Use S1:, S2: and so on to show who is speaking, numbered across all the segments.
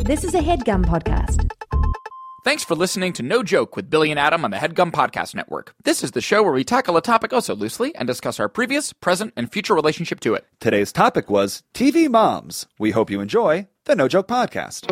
S1: This is a headgum podcast.
S2: Thanks for listening to No Joke with Billy and Adam on the HeadGum Podcast Network. This is the show where we tackle a topic also loosely and discuss our previous, present, and future relationship to it.
S3: Today's topic was TV moms. We hope you enjoy the No Joke Podcast.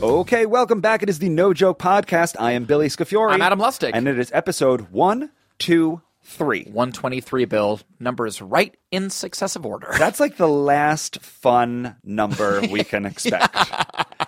S3: Okay, welcome back. It is the No Joke Podcast. I am Billy Scafiori.
S2: I'm Adam Lustig.
S3: And it is episode one, two, three.
S2: 123 bill numbers right in successive order.
S3: That's like the last fun number we can expect.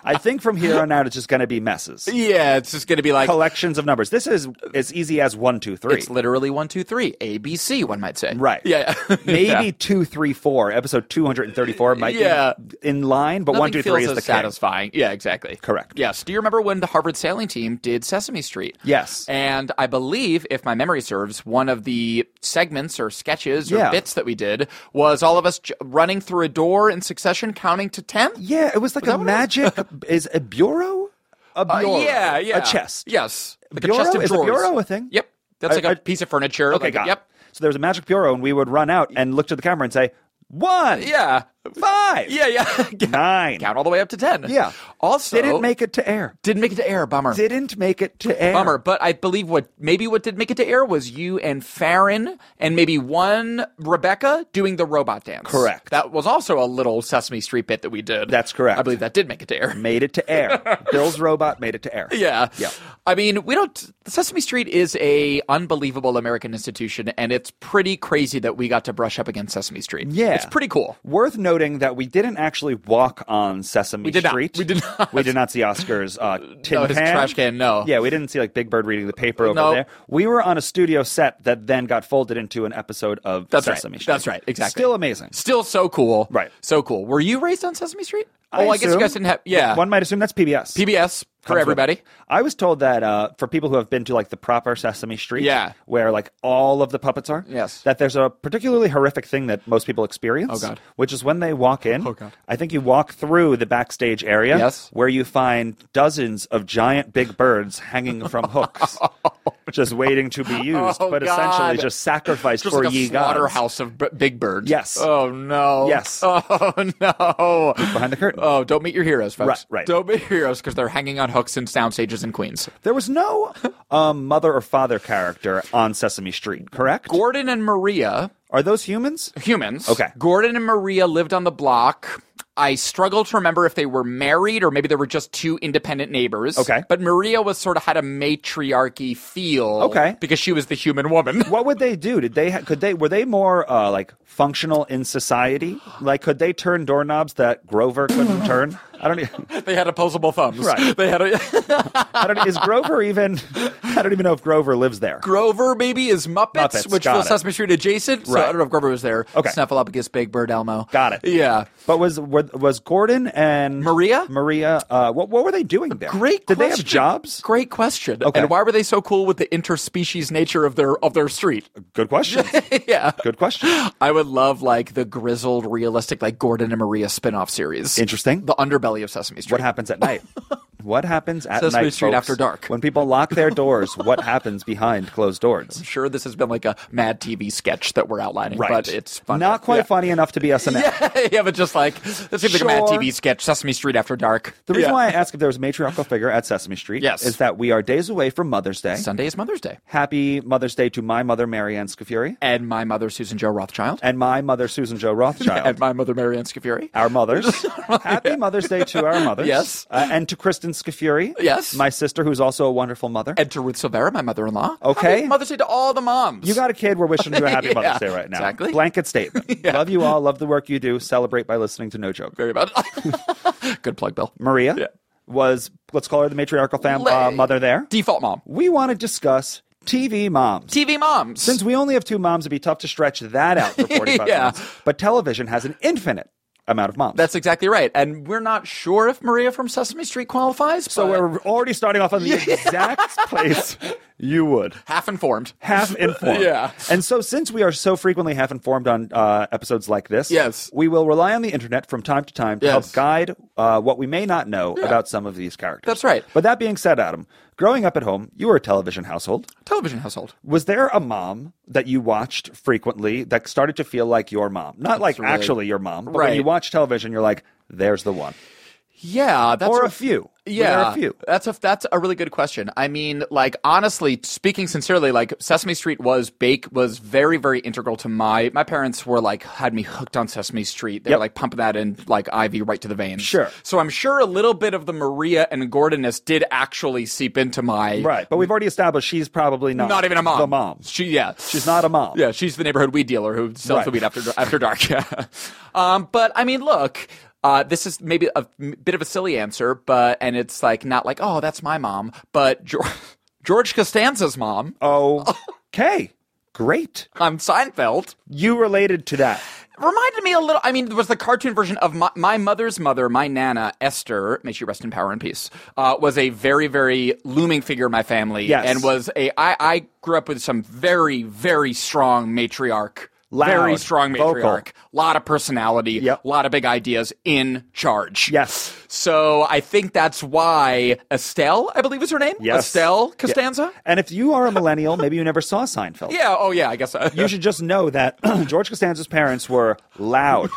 S3: I think from here on out, it's just going to be messes.
S2: yeah, it's just going to be like
S3: Collections of numbers. This is as easy as one, two, three.
S2: it's literally one, two, three, ABC. One might say,
S3: Right.
S2: Yeah,
S3: Maybe
S2: Yeah.
S3: two, three, four. Episode two hundred and thirty-four might
S2: Yeah.
S3: be in line, but one,
S2: Nothing
S3: two, three
S2: feels
S3: is
S2: so
S3: the king.
S2: satisfying. Yeah, exactly.
S3: Correct.
S2: Yes. Do you remember when the Harvard sailing team did Sesame Street?
S3: Yes.
S2: And I believe, if my memory serves, one of the segments or sketches or
S3: Yeah.
S2: bits that we did was all of us j- running through a door in succession, counting to ten.
S3: Yeah, it was like a
S2: that what it
S3: magic. is a bureau? A
S2: Uh,
S3: bureau?
S2: yeah, yeah.
S3: A chest.
S2: Yes. Like
S3: bureau?
S2: a chest of
S3: Is a
S2: drawers.
S3: bureau a thing?
S2: Yep. That's
S3: I-
S2: like a
S3: I-
S2: piece of furniture.
S3: Okay,
S2: like,
S3: got it.
S2: Yep.
S3: So there was a magic bureau, and we would run out and look to the camera and say, one,
S2: Yeah.
S3: five,
S2: Yeah, yeah.
S3: nine.
S2: Count all the way up to ten.
S3: Yeah.
S2: Also
S3: Didn't make it to air.
S2: didn't make it to air, bummer.
S3: Didn't make it to air.
S2: Bummer, but I believe what maybe what did make it to air was you and Farron and maybe one Rebecca doing the robot dance.
S3: Correct.
S2: That was also a little Sesame Street bit that we did.
S3: That's correct.
S2: I believe that did make it to air.
S3: Made it to air. Bill's robot made it to air.
S2: Yeah.
S3: Yeah.
S2: I mean, we don't Sesame Street is a unbelievable American institution and it's pretty crazy that we got to brush up against Sesame Street.
S3: Yeah.
S2: It's pretty cool.
S3: Worth noting that we didn't actually walk on Sesame
S2: did not.
S3: Street.
S2: We did not.
S3: We did not see Oscar's uh, tin
S2: No, his
S3: pan.
S2: trash can, no.
S3: Yeah, we didn't see like Big Bird reading the paper over
S2: No.
S3: there. We were on a studio set that then got folded into an episode of
S2: That's right.
S3: Sesame Street.
S2: That's right. Exactly.
S3: Still amazing.
S2: Still so cool.
S3: Right.
S2: So cool. Were you raised on Sesame Street? oh, I guess you
S3: assume-
S2: guys didn't have yeah.
S3: One might assume that's PBS.
S2: PBS for
S3: Comes with-
S2: everybody.
S3: I was told that uh, for people who have been to like the proper Sesame Street,
S2: Yeah.
S3: where like all of the puppets are,
S2: Yes.
S3: that there's a particularly horrific thing that most people experience,
S2: Oh, God.
S3: which is when they walk in.
S2: Oh, God.
S3: I think you walk through the backstage area,
S2: Yes.
S3: where you find dozens of giant big birds hanging from hooks, just waiting to be used,
S2: Oh,
S3: but
S2: God.
S3: essentially just sacrificed
S2: Just
S3: for
S2: like a
S3: ye gods.
S2: slaughterhouse of b- big birds.
S3: Yes.
S2: Oh no.
S3: Yes.
S2: Oh no.
S3: behind the curtain.
S2: Oh, don't meet your heroes, folks.
S3: Right, right.
S2: Don't meet your heroes because they're hanging on hooks in sound stages in Queens.
S3: There was no um, mother or father character on Sesame Street, correct?
S2: Gordon and Maria,
S3: Are those humans?
S2: humans.
S3: Okay.
S2: Gordon and Maria lived on the block. I struggle to remember if they were married or maybe they were just two independent neighbors.
S3: Okay.
S2: But Maria was sort of had a matriarchy feel.
S3: Okay.
S2: Because she was the human woman.
S3: What would they do? Did they ha- could they were they more uh, like functional in society? Like could they turn doorknobs that Grover couldn't turn? I don't. e-
S2: they had opposable thumbs.
S3: Right.
S2: They had a
S3: I don't. e, Is Grover even? I don't even know if Grover lives there.
S2: Grover maybe is Muppets,
S3: Muppets,
S2: which
S3: got
S2: was
S3: it.
S2: Sesame Street adjacent. So I
S3: Right.
S2: don't know if Grover was there.
S3: Okay.
S2: Snuffleupagus, Big Bird, Elmo.
S3: Got it.
S2: Yeah.
S3: But was were, was Gordon and
S2: Maria?
S3: Maria? Uh, what what were they doing there?
S2: Great.
S3: Did they have
S2: question.
S3: jobs?
S2: Great question.
S3: Okay.
S2: And why were they so cool with the interspecies nature of their of their street?
S3: Good question.
S2: yeah.
S3: Good question.
S2: I would love like the grizzled, realistic, like Gordon and Maria spin-off series.
S3: Interesting.
S2: The underbelly of Sesame Street.
S3: What happens at night? What happens at
S2: Sesame
S3: night,
S2: Street
S3: folks?
S2: after dark.
S3: When people lock their doors, what happens behind closed doors?
S2: I'm sure this has been like a Mad TV sketch that we're outlining,
S3: Right.
S2: but it's fun.
S3: Not quite funny enough to be SNL.
S2: Yeah, yeah, but just like let's like a Mad
S3: Sure.
S2: TV sketch, Sesame Street After Dark.
S3: The reason
S2: Yeah.
S3: why I asked if there was a matriarchal figure at Sesame Street
S2: Yes.
S3: is that we are days away from Mother's Day.
S2: Sunday is Mother's Day.
S3: Happy Mother's Day to my mother, Marianne Scafuri,
S2: and my mother Susan Joe Rothschild
S3: and my mother, Susan Joe
S2: and
S3: Rothschild.
S2: my mother Marianne Scafuri.
S3: our mothers. Happy Mother's Day to our mothers.
S2: Yes.
S3: Uh, and to Kristen Scafuri.
S2: Yes.
S3: My sister, who's also a wonderful mother.
S2: And to Ruth Silvera, my mother-in-law.
S3: Okay.
S2: Happy Mother's Day to all the moms.
S3: you got a kid, we're wishing you a happy
S2: Yeah,
S3: Mother's Day right now.
S2: exactly.
S3: Blanket statement. Love you all. Love the work you do. Celebrate by listening to No Joke.
S2: very much. Good plug, Bill.
S3: Maria
S2: Yeah.
S3: was, let's call her the matriarchal fam- uh,
S2: Le-
S3: mother there.
S2: Default mom.
S3: We want to discuss TV moms.
S2: TV moms.
S3: Since we only have two moms, it'd be tough to stretch that out for 45
S2: Yeah.
S3: minutes. But television has an infinite amount of moms.
S2: That's exactly right. And we're not sure if Maria from Sesame Street qualifies.
S3: so
S2: but
S3: we're already starting off on the exact place you would.
S2: half informed.
S3: half informed.
S2: Yeah.
S3: And so, since we are so frequently half informed on uh, episodes like this,
S2: Yes.
S3: we will rely on the internet from time to time to
S2: Yes.
S3: help guide uh, what we may not know
S2: Yeah.
S3: about some of these characters.
S2: That's right.
S3: But that being said, Adam, growing up at home, you were a television household.
S2: Television household.
S3: Was there a mom that you watched frequently that started to feel like your mom? Not like
S2: really-
S3: actually your mom, but
S2: Right.
S3: when you watch television, you're like, there's the one.
S2: Yeah, that's
S3: or
S2: a-
S3: a few. Were
S2: Yeah,
S3: There are a few.
S2: That's a that's a really good question. I mean, like honestly, speaking sincerely, like Sesame Street was bake was very very integral to my my parents were like had me hooked on Sesame Street. They were
S3: Yep.
S2: like pumping that in like ivy right to the veins.
S3: Sure.
S2: So I'm sure a little bit of the Maria and Gordonness did actually seep into my
S3: Right. But we've already established she's probably not,
S2: Not even a mom.
S3: The mom.
S2: She yeah.
S3: She's not a mom.
S2: Yeah, she's the neighborhood weed dealer who sells
S3: Right.
S2: the weed after after dark. Yeah. Um, but I mean, look, uh, this is maybe a m- bit of a silly answer, but and it's like not like oh that's my mom, but George, George Costanza's mom
S3: Okay. Great.
S2: on Seinfeld
S3: You related to that.
S2: reminded me a little. I mean, there was the cartoon version of my, my mother's mother, my nana Esther, may she rest in power and peace, uh, was a very very looming figure in my family,
S3: Yes.
S2: and was a I I grew up with some very very strong matriarch.
S3: Loud,
S2: very strong
S3: vocal.
S2: matriarch. lot of personality,
S3: Yep.
S2: lot of big ideas in charge.
S3: Yes.
S2: So I think that's why Estelle, I believe is her name.
S3: Yes.
S2: Estelle Costanza.
S3: And if you are a millennial, maybe you never saw Seinfeld.
S2: Yeah. Oh yeah. I guess. So.
S3: You should just know that George Costanza's parents were loud,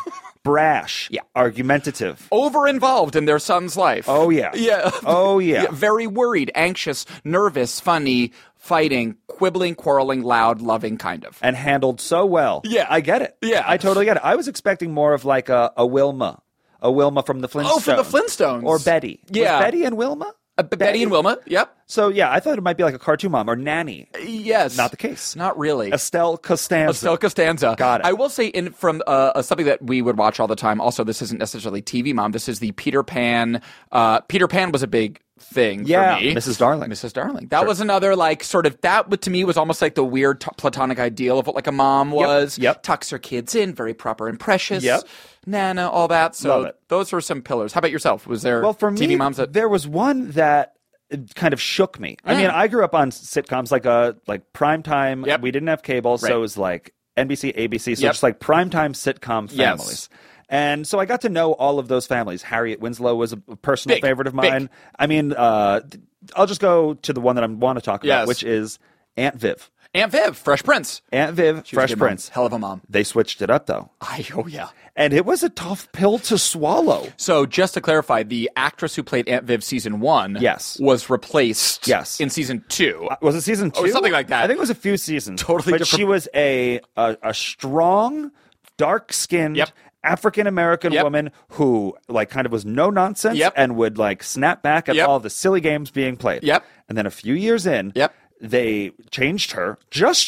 S3: brash,
S2: Yeah.
S3: argumentative.
S2: Over involved in their son's life.
S3: Oh, yeah.
S2: Yeah.
S3: Oh, yeah.
S2: Very worried, anxious, nervous, funny, fighting, quibbling, quarreling, loud, loving, kind of.
S3: And handled so well.
S2: Yeah.
S3: I get it.
S2: Yeah.
S3: I totally get it. I was expecting more of like a, a Wilma. A Wilma from the Flintstones.
S2: Oh, from the Flintstones.
S3: Or Betty. Was
S2: Yeah.
S3: Betty and Wilma?
S2: Uh, B- Betty and Wilma. Yep.
S3: So, yeah, I thought it might be like a cartoon mom or nanny.
S2: Yes.
S3: Not the case.
S2: Not really.
S3: Estelle Costanza.
S2: Estelle Costanza.
S3: Got it.
S2: I will say, in from uh, uh, something that we would watch all the time. Also, this isn't necessarily TV, mom. This is the Peter Pan. Uh, Peter Pan was a big thing
S3: Yeah,
S2: for me.
S3: Mrs. Darling.
S2: Mrs. Darling. That was another like sort of that would- to me was almost like the weird t- platonic ideal of what like a mom was.
S3: yep.
S2: Tucks her kids in, very proper and precious.
S3: Yep.
S2: Nana, all that. So
S3: Love it.
S2: those were some pillars. How about yourself? Was there
S3: Well, for
S2: TV
S3: me,
S2: moms that
S3: there was one that uh, kind of shook me. I mean,
S2: Yeah.
S3: I grew up on sitcoms like uh like primetime.
S2: Yep.
S3: We didn't have cable,
S2: Right.
S3: so it was like NBC, ABC, so
S2: Yep.
S3: just like primetime sitcom families.
S2: Yes.
S3: And so I got to know all of those families. Harriet Winslow was a personal
S2: Big,
S3: favorite of
S2: big.
S3: mine. I mean, uh, th- I'll just go to the one that I want to talk about,
S2: Yes.
S3: which is Aunt Viv.
S2: Aunt Viv, Fresh Prince,
S3: Aunt Viv,
S2: She was a
S3: Fresh
S2: good mom.
S3: Prince.
S2: hell of a mom.
S3: They switched it up though,
S2: I oh yeah.
S3: and it was a tough pill to swallow.
S2: So just to clarify, the actress who played Aunt Viv season one,
S3: Yes.
S2: was replaced,
S3: Yes. Uh,
S2: in season two.
S3: was it season two?
S2: Oh, was something like that.
S3: I think it was a few seasons.
S2: Totally
S3: but
S2: different-
S3: she was a a, a strong, dark skinned.
S2: Yep.
S3: African American
S2: Yep.
S3: woman who like kind of was no nonsense
S2: Yep.
S3: and would like snap back at
S2: Yep.
S3: all the silly games being played.
S2: Yep.
S3: And then a few years in,
S2: Yep.
S3: they changed her, just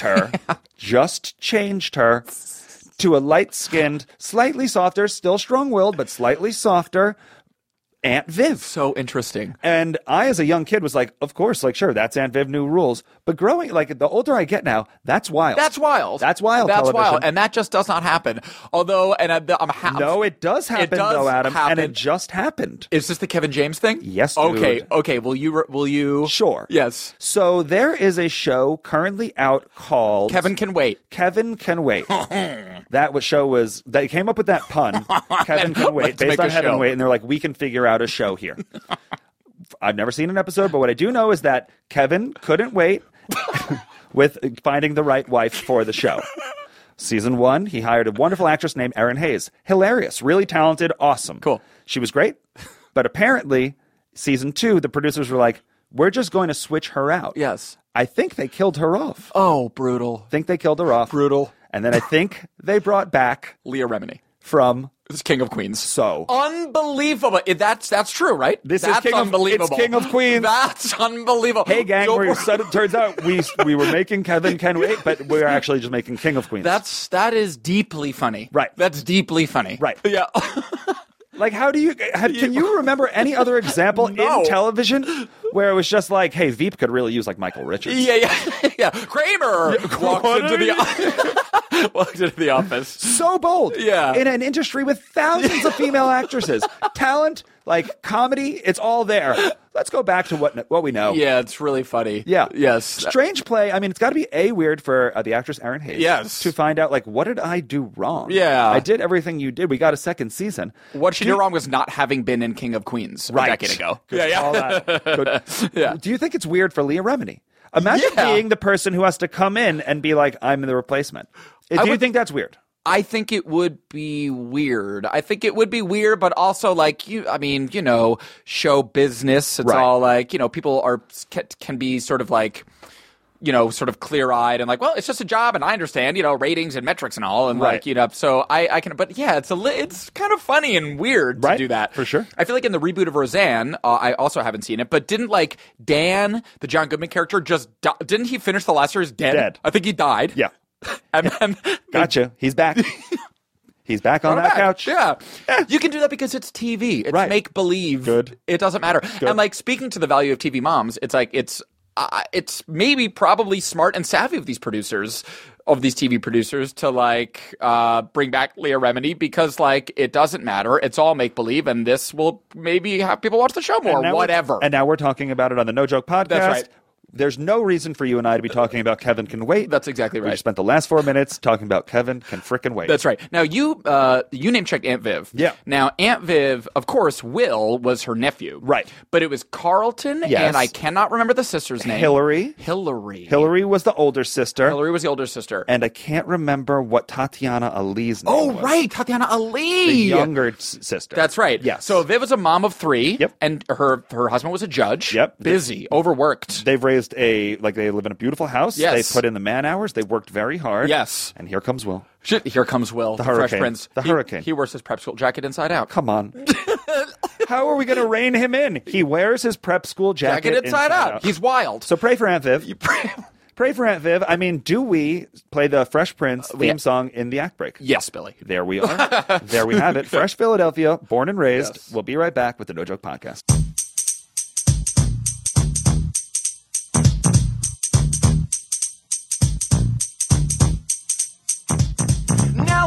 S3: her, just changed her to a light skinned, slightly softer, still strong willed, but slightly softer Aunt Viv.
S2: so interesting.
S3: And I, as a young kid, was like, of course, like, sure, that's Aunt Viv, new rules. But growing, like, the older I get now, that's wild.
S2: That's wild.
S3: That's wild.
S2: That's
S3: television.
S2: wild. And that just does not happen. Although, and I'm, I'm ha-
S3: no, it does happen,
S2: does
S3: though, Adam. And
S2: happen.
S3: it just happened.
S2: Is this the Kevin James thing?
S3: Yes, dude.
S2: Okay. Okay. Will you? re- Will you?
S3: Sure.
S2: Yes.
S3: So there is a show currently out called
S2: Kevin can wait.
S3: Kevin Can Wait. that was- show was they came up with that pun. Kevin Can Wait,
S2: Let's make
S3: based on
S2: a
S3: Kevin
S2: show.
S3: Wait, and they're like, we can figure out a show here. I've never seen an episode, but what I do know is that Kevin couldn't wait with finding the right wife for the show. Season one, he hired a wonderful actress named Erin Hayes. Hilarious, really talented, awesome.
S2: Cool.
S3: She was great. But apparently, season two, the producers were like, we're just going to switch her out.
S2: Yes.
S3: I think they killed her off.
S2: Oh, brutal.
S3: think they killed her off.
S2: Brutal.
S3: And then I think they brought back
S2: Leah Remini.
S3: from
S2: This is King of Queens.
S3: So.
S2: Unbelievable. It- That's that's true, right?
S3: This is
S2: that's
S3: King of- it's
S2: unbelievable.
S3: King of Queens.
S2: That's unbelievable.
S3: Hey gang,
S2: Don't
S3: we're,
S2: worry.
S3: so it turns out we we were making Kevin Can Wait, but we're actually just making King of Queens.
S2: That's that is deeply funny.
S3: Right.
S2: That's deeply funny.
S3: Right.
S2: Yeah.
S3: Like, how do you? Have, can you remember any other example
S2: No.
S3: in television where it was just like, "Hey, Veep could really use like Michael Richards."
S2: Yeah, yeah, yeah. Kramer walked
S3: what
S2: into
S3: are
S2: the walked into the office.
S3: so bold.
S2: Yeah.
S3: In an industry with thousands of female actresses, talent, like comedy, it's all there. Let's go back to what what we know.
S2: Yeah, it's really funny.
S3: Yeah.
S2: Yes.
S3: Strange play. I mean, it's got to be a weird for uh, the actress Erin Hayes.
S2: Yes.
S3: To find out like what did I do wrong?
S2: Yeah.
S3: I did everything you did. We got a second season.
S2: What she did wrong was not having been in King of Queens
S3: Right.
S2: a decade ago.
S3: Good. All that. Good.
S2: Yeah.
S3: Do you think it's weird for Leah Remini? Imagine
S2: Yeah.
S3: being the person who has to come in and be like, "I'm the replacement." Do you
S2: would-
S3: think that's weird?
S2: I think it would be weird. I think it would be weird, but also like you, I mean, you know, show business. It's
S3: Right.
S2: all like you know, people are can, can be sort of like you know, sort of clear eyed and like, well, it's just a job, and I understand you know ratings and metrics and all, and
S3: Right.
S2: like you know, so I I can, but yeah, it's a li- it's kind of funny and weird
S3: Right.
S2: to do that
S3: For sure.
S2: I feel like in the reboot of Roseanne, uh, I also haven't seen it, but didn't like Dan, the John Goodman character, just di- didn't he finish the last series dead?
S3: Dead.
S2: I think he died.
S3: Yeah.
S2: and then
S3: Gotcha. He's back. He's back on
S2: on
S3: that
S2: a back.
S3: couch.
S2: Yeah. You can do that because it's TV. It's
S3: Right.
S2: make believe.
S3: Good.
S2: It doesn't matter. And like speaking to the value of TV moms, it's like it's uh, it's maybe probably smart and savvy of these producers of these TV producers to like uh, bring back Leah Remini because like it doesn't matter. It's all make believe and this will maybe have people watch the show more.
S3: And now we're-
S2: Whatever.
S3: And now we're talking about it on the No Joke podcast.
S2: right.
S3: There's no reason for you and I to be talking about Kevin can wait.
S2: That's exactly
S3: We
S2: right.
S3: just spent the last four minutes talking about Kevin can frickin' wait.
S2: That's right. Now you uh, you name checked Aunt Viv.
S3: Yeah.
S2: Now Aunt Viv, of course, Will was her nephew.
S3: Right.
S2: But it was Carlton,
S3: Yes.
S2: and I cannot remember the sister's name.
S3: Hillary.
S2: Hillary.
S3: Hillary was the older sister,
S2: Hillary was the older sister.
S3: and I can't remember what Tatiana Ali's name
S2: oh
S3: was.
S2: right, Tatiana Ali.
S3: The younger s- sister.
S2: That's right.
S3: Yes.
S2: So Viv was a mom of three.
S3: Yep.
S2: And her her husband was a judge.
S3: Yep.
S2: Busy, overworked.
S3: They've raised a like they live in a beautiful house.
S2: Yes.
S3: They put in the man hours. They worked very hard.
S2: Yes.
S3: And here comes Will.
S2: Shit, here comes Will, the, Fresh
S3: hurricane.
S2: Prince.
S3: The
S2: He-
S3: hurricane.
S2: He wears his prep school jacket inside out.
S3: Come on. How are we going to rein him in? He wears his prep school jacket,
S2: Jacket inside, out. He's wild.
S3: So pray for Aunt Viv. pray for Aunt Viv. I mean, do we play the Fresh Prince theme
S2: yeah.
S3: song in the act break?
S2: yes, Billy.
S3: There we are. there we have it. Fresh Philadelphia, born and raised.
S2: Yes.
S3: We'll be right back with the No Joke Podcast.
S4: Now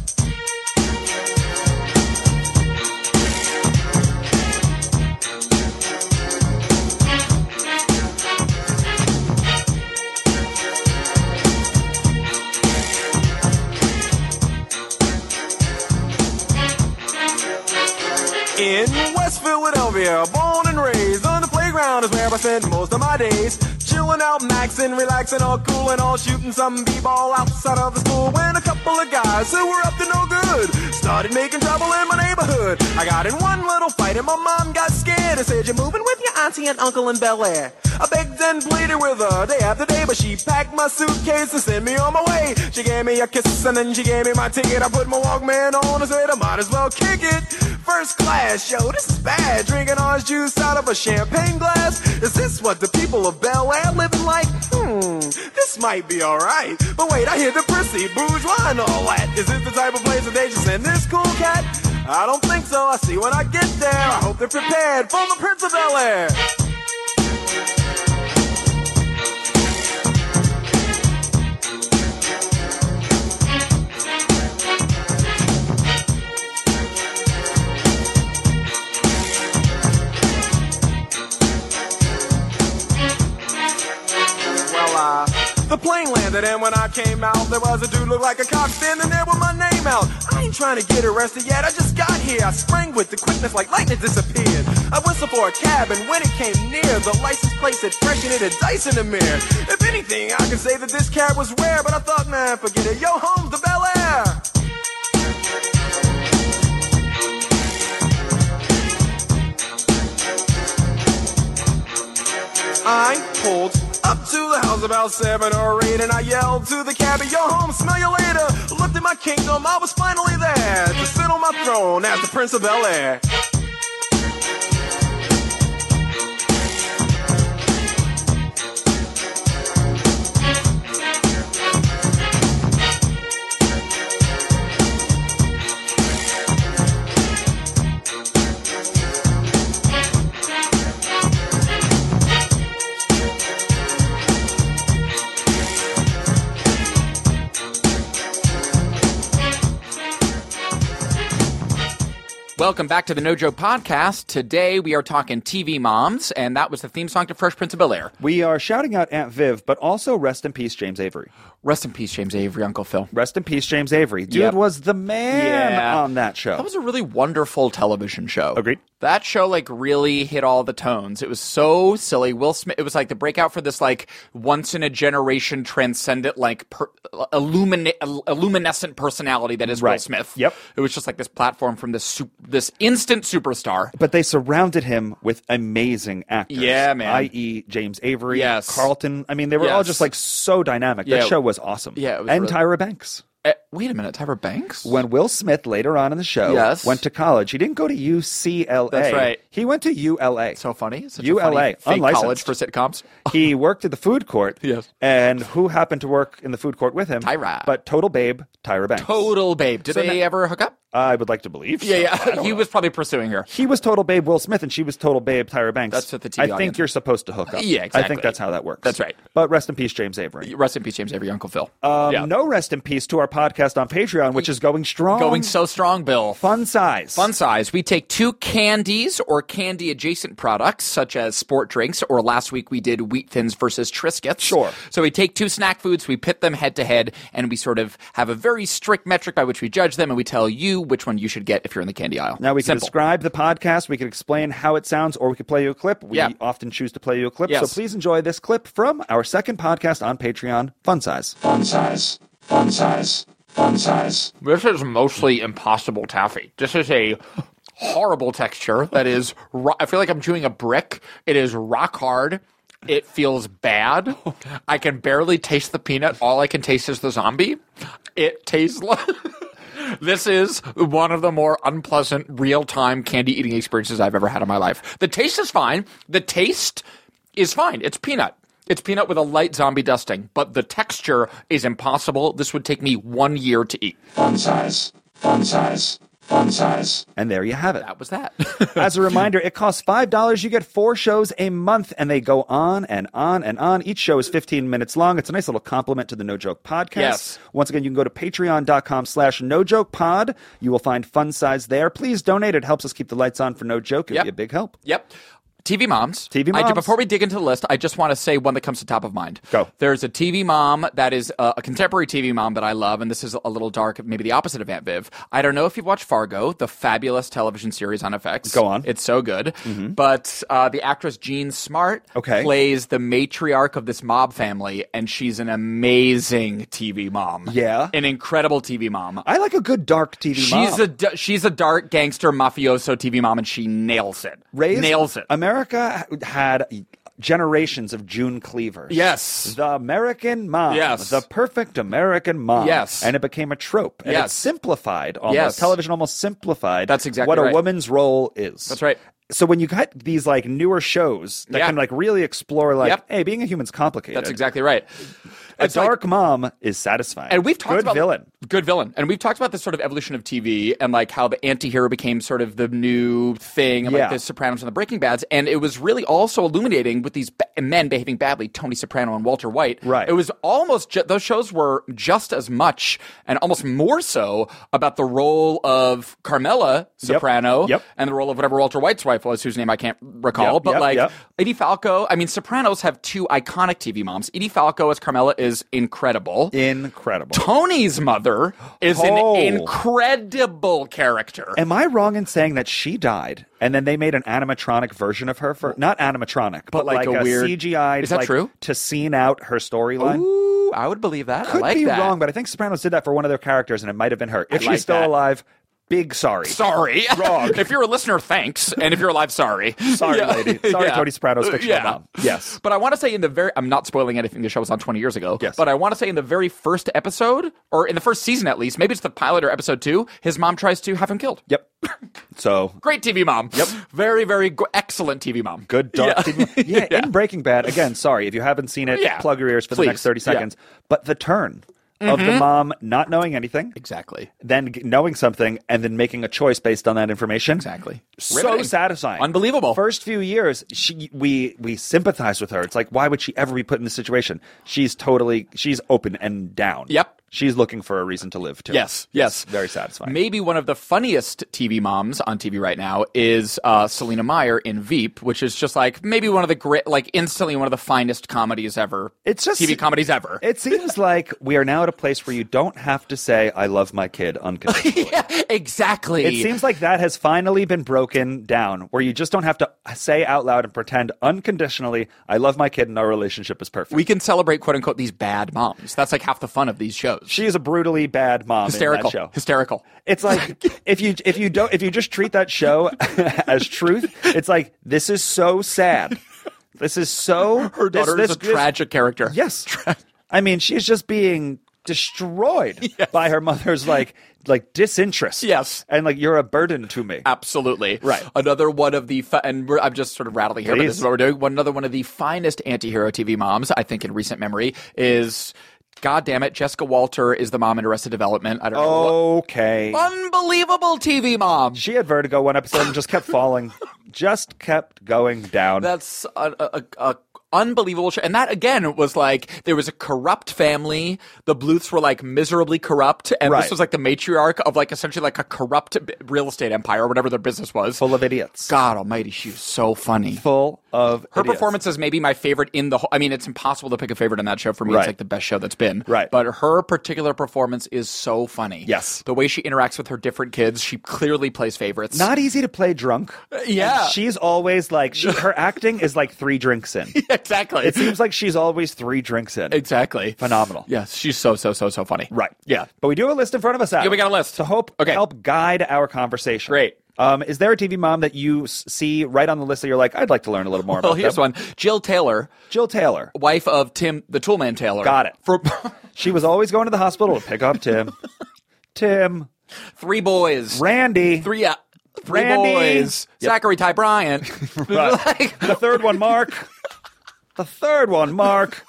S4: In West Philadelphia, born and raised on the playground is where I spent most of my days. Chilling out, maxing, relaxing, all cool and all shooting some b-ball outside of the school. When a couple of guys who were up to no good started making trouble in my neighborhood. I got in one little fight and my mom got scared and said, "You're moving with your auntie and uncle in Bel Air." I begged and pleaded with her day after day, but she packed my suitcase and sent me on my way. She gave me a kiss and then she gave me my ticket. I put my Walkman on and said, "I might as well kick it." First class, yo, this is bad. Drinking orange juice out of a champagne glass. Is this what the people of Bel Air living like? Hmm, this might be alright. But wait, I hear the prissy bourgeois and all that. Is this the type of place that they just send this cool cat? I don't think so. I see when I get there. I hope they're prepared for the Prince of Bel Air. Well, uh, the plane landed, and when I came out, there was a dude looked like a cop standing there with my name out. I ain't trying to get arrested yet, I just got here. I sprang with the quickness like lightning disappeared. I whistled for a cab, and when it came near, the license plate said fresh and it had dice in the mirror. If anything, I could say that this cab was rare, but I thought, man, forget it. Yo, home's the Bel Air. I pulled up to the house about seven or eight, and I yelled to the cabbie, "Yo, home, smell you later." Looked at my kingdom, I was finally there to sit on my throne as the prince of Bel Air.
S2: Welcome back to the No Joke Podcast. Today we are talking TV moms, and that was the theme song to Fresh Prince of Bel Air.
S3: We are shouting out Aunt Viv, but also rest in peace, James Avery.
S2: Rest in peace, James Avery, Uncle Phil.
S3: Rest in peace, James Avery. Dude
S2: Yep.
S3: was the man
S2: Yeah.
S3: on that show.
S2: That was a really wonderful television show.
S3: Agreed.
S2: That show like really hit all the tones. It was so silly. Will Smith. It was like the breakout for this like once in a generation transcendent like per, illumina- illuminescent personality that is Will
S3: Right.
S2: Smith.
S3: Yep.
S2: It was just like this platform from this su- this instant superstar.
S3: but they surrounded him with amazing actors.
S2: Yeah, man.
S3: I.e., James Avery,
S2: Yes.
S3: Carlton. I mean, they were all
S2: Yes.
S3: just like so dynamic.
S2: Yeah.
S3: That show was awesome.
S2: Yeah, it was
S3: and
S2: really-
S3: Tyra Banks.
S2: Eh, wait a minute, Tyra Banks.
S3: When Will Smith later on in the show
S2: Yes.
S3: went to college, he didn't go to UCLA.
S2: That's right.
S3: He went to ULA.
S2: so funny. Such
S3: ULA,
S2: a funny fake
S3: unlicensed.
S2: college for sitcoms.
S3: he worked at the food court.
S2: Yes.
S3: And who happened to work in the food court with him?
S2: Tyra.
S3: But total babe, Tyra Banks.
S2: Total babe. Did they ever hook up?
S3: I would like to believe.
S2: Yeah,
S3: so.
S2: yeah. He was probably pursuing her.
S3: He was total babe Will Smith, and she was total babe Tyra Banks.
S2: That's what the TV
S3: I think
S2: audience-
S3: you're supposed to hook up.
S2: Yeah,
S3: I
S2: exactly.
S3: think that's how that works.
S2: That's right.
S3: But rest in peace, James Avery.
S2: Rest in peace, James Avery, Uncle Phil.
S3: Um,
S2: Yeah.
S3: No rest in peace to our podcast on Patreon, which is going strong,
S2: Going so strong, Bill.
S3: Um, fun size.
S2: Fun size. We take two candies or candy adjacent products, such as sport drinks, or last week we did Wheat Thins versus Triscuits.
S3: Sure.
S2: So we take two snack foods, we pit them head to head, and we sort of have a very strict metric by which we judge them, and we tell you which one you should get if you're in the candy aisle.
S3: Now we can
S2: Simple.
S3: describe the podcast, we can explain how it sounds, or we can play you a clip. We
S2: Yeah.
S3: often choose to play you a clip,
S2: Yes.
S3: so please enjoy this clip from our second podcast on Patreon, Fun Size.
S5: Fun size. Fun size. Fun size.
S2: This is mostly impossible taffy. This is a horrible texture that is. Ro- I feel like I'm chewing a brick. It is rock hard. It feels bad. I can barely taste the peanut. All I can taste is the zombie. It tastes like. This is one of the more unpleasant real time candy eating experiences I've ever had in my life. The taste is fine. The taste is fine. It's peanut. It's peanut with a light zombie dusting, but the texture is impossible. This would take me one year to eat.
S5: Fun size. Fun size. Fun size.
S3: And there you have it.
S2: That was that.
S3: As a reminder, it costs $5. You get four shows a month, and they go on and on and on. Each show is 15 minutes long. It's a nice little compliment to the No Joke podcast.
S2: Yes.
S3: Once again, you can go to patreon.com slash no joke pod. You will find fun size there. Please donate. It helps us keep the lights on for No Joke. It'd
S2: Yep.
S3: be a big help.
S2: yep. TV moms.
S3: TV
S2: I ju-
S3: moms.
S2: before we dig into the list, I just want to say one that comes to top of mind.
S3: Go.
S2: There's a TV mom that is uh, a contemporary TV mom that I love, and this is a little dark, maybe the opposite of Aunt Viv. I don't know if you've watched Fargo, the fabulous television series on FX.
S3: Go on. Mm-hmm.
S2: It's so good. But uh, the actress Jean Smart
S3: Okay.
S2: plays the matriarch of this mob family, and she's an amazing TV mom.
S3: Yeah.
S2: An incredible TV mom.
S3: I like a good dark TV
S2: She's
S3: mom.
S2: a d- she's a dark gangster mafioso TV mom, and she nails it.
S3: Raised-
S2: nails it.
S3: America had generations of June Cleavers.
S2: Yes.
S3: The American mom.
S2: Yes.
S3: The perfect American mom.
S2: Yes.
S3: And it became a trope. And
S2: Yes.
S3: it simplified almost.
S2: Yes.
S3: Television almost simplified
S2: That's exactly
S3: what
S2: right.
S3: a woman's role is.
S2: That's right.
S3: So when you got these like newer shows that
S2: Yeah.
S3: can like really explore like,
S2: Yep.
S3: hey, being a human's complicated.
S2: That's exactly right.
S3: A
S2: It's like-
S3: dark mom is satisfying.
S2: and we've talked
S3: Good
S2: about
S3: villain.
S2: good villain, and we've talked about this sort of evolution of TV and like how the anti-hero became sort of the new thing, and
S3: Yeah.
S2: like the Sopranos and the Breaking Bad's, and it was really also illuminating with these ba- men behaving badly, Tony Soprano and Walter White.
S3: Right.
S2: It was almost ju- those shows were just as much and almost more so about the role of Carmela Soprano
S3: Yep.
S2: and the role of whatever Walter White's wife was, whose name I can't recall,
S3: Yep,
S2: but
S3: yep,
S2: like.
S3: yep.
S2: Edie Falco, I mean, Sopranos have two iconic TV moms. Edie Falco as Carmela is incredible.
S3: Incredible.
S2: Tony's mother is
S3: Oh.
S2: an incredible character.
S3: Am I wrong in saying that she died and then they made an animatronic version of her for not animatronic, but,
S2: like a weird-
S3: CGI
S2: Is that
S3: like,
S2: true?
S3: to scene out her storyline?
S2: Ooh, I would believe that.
S3: Could
S2: I like
S3: be
S2: that.
S3: wrong, but I think Sopranos did that for one of their characters and it might have been her. If she's
S2: like
S3: still
S2: that.
S3: alive, big sorry.
S2: sorry. Wrong. if you're a listener, thanks. And if you're alive, sorry.
S3: Sorry, lady. Sorry, Tony Soprano's
S2: Uh,
S3: fictional
S2: yeah.
S3: mom. Yes.
S2: But I want to say in the very, I'm not spoiling anything. The show was on 20 years ago.
S3: Yes.
S2: But I want to say in the very first episode, or in the first season at least, maybe it's the pilot or episode two, his mom tries to have him killed.
S3: Yep. So
S2: Great TV mom. Yep. Very, very go- excellent TV mom.
S3: good dark
S2: Yeah.
S3: TV. Yeah, in Breaking Bad, again, sorry, if you haven't seen it,
S2: Yeah.
S3: plug your ears for the next
S2: Please.
S3: 30
S2: Yeah. Mm-hmm.
S3: seconds. But the turn of the mom not knowing anything,
S2: Exactly.
S3: then g- knowing something, and then making a choice based on that information.
S2: Exactly.
S3: so
S2: Riveting.
S3: satisfying,
S2: Unbelievable.
S3: First few years, she we we sympathize with her. It's like why would she ever be put in this situation? She's totally she's open and down.
S2: Yep.
S3: She's looking for a reason to live too.
S2: Yes, yes.
S3: Very satisfying.
S2: Maybe one of the funniest TV moms on TV right now is uh, Selena Meyer in Veep, which is just like maybe one of the great, like instantly one of the finest comedies ever.
S3: It's just-
S2: TV comedies ever.
S3: It seems like we are now at a place where you don't have to say "I love my kid" unconditionally.
S2: yeah, exactly.
S3: It seems like that has finally been broken down, where you just don't have to say out loud and pretend unconditionally, "I love my kid" and our relationship is perfect.
S2: we can celebrate quote unquote these bad moms. That's like half the fun of these shows.
S3: she is a brutally bad mom.
S2: hysterical,
S3: In that show.
S2: hysterical.
S3: It's like if you if you don't if you just treat that show as truth, it's like this is so sad. This is so
S2: Her
S3: this-
S2: daughter
S3: this-
S2: is a
S3: this-
S2: tragic character.
S3: Yes. I mean, she's just being destroyed by her mother's like like disinterest.
S2: Yes. Uh,
S3: And like you're a burden to me.
S2: Absolutely.
S3: Right.
S2: Another one of the, fi- and we're, I'm just sort of rattling here, but this
S3: Please.
S2: is what we're doing. One, another one of the finest anti hero TV moms, I think, in recent memory is, God damn it, Jessica Walter is the mom in Arrested Development. I don't know.
S3: Okay.
S2: What. Unbelievable TV mom.
S3: She had vertigo one episode and just kept falling. just kept going down.
S2: That's a, a, a, a unbelievable show. And that again was like there was a corrupt family. The Bluths were like miserably corrupt, and
S3: Right.
S2: this was like the matriarch of like essentially like a corrupt b- real estate empire or whatever their business was.
S3: full of idiots.
S2: God Almighty, she was so funny.
S3: Full of
S2: Her
S3: idiots.
S2: performance is maybe my favorite in the whole. I mean, it's impossible to pick a favorite in that show for me.
S3: Right.
S2: It's like the best show that's been.
S3: Right.
S2: But her particular performance is so funny.
S3: Yes.
S2: The way she interacts with her different kids, she clearly plays favorites.
S3: Not easy to play drunk.
S2: Uh, yeah.
S3: And she's always like she, her acting is like three drinks in.
S2: exactly.
S3: It seems like she's always three drinks in.
S2: exactly
S3: Phenomenal.
S2: Yes, she's so so so so funny.
S3: Right.
S2: Yeah.
S3: But we do have a list in front of us. Adam,
S2: Yeah, we got a list.
S3: to hope
S2: Okay.
S3: help guide our conversation.
S2: Great.
S3: Um, is there a TV mom that you s- see right on the list that you're like, I'd like to learn a little more
S2: Well,
S3: about?
S2: here's
S3: them?
S2: one. Jill Taylor,
S3: Jill Taylor.
S2: wife of Tim the Toolman Taylor.
S3: Got it.
S2: For
S3: She was always going to the hospital to pick up Tim. Tim,
S2: three boys.
S3: Randy,
S2: three uh, three
S3: Randy.
S2: boys.
S3: Yep.
S2: Zachary Ty Bryant.
S3: Right. the third one, Mark. The third one, Mark.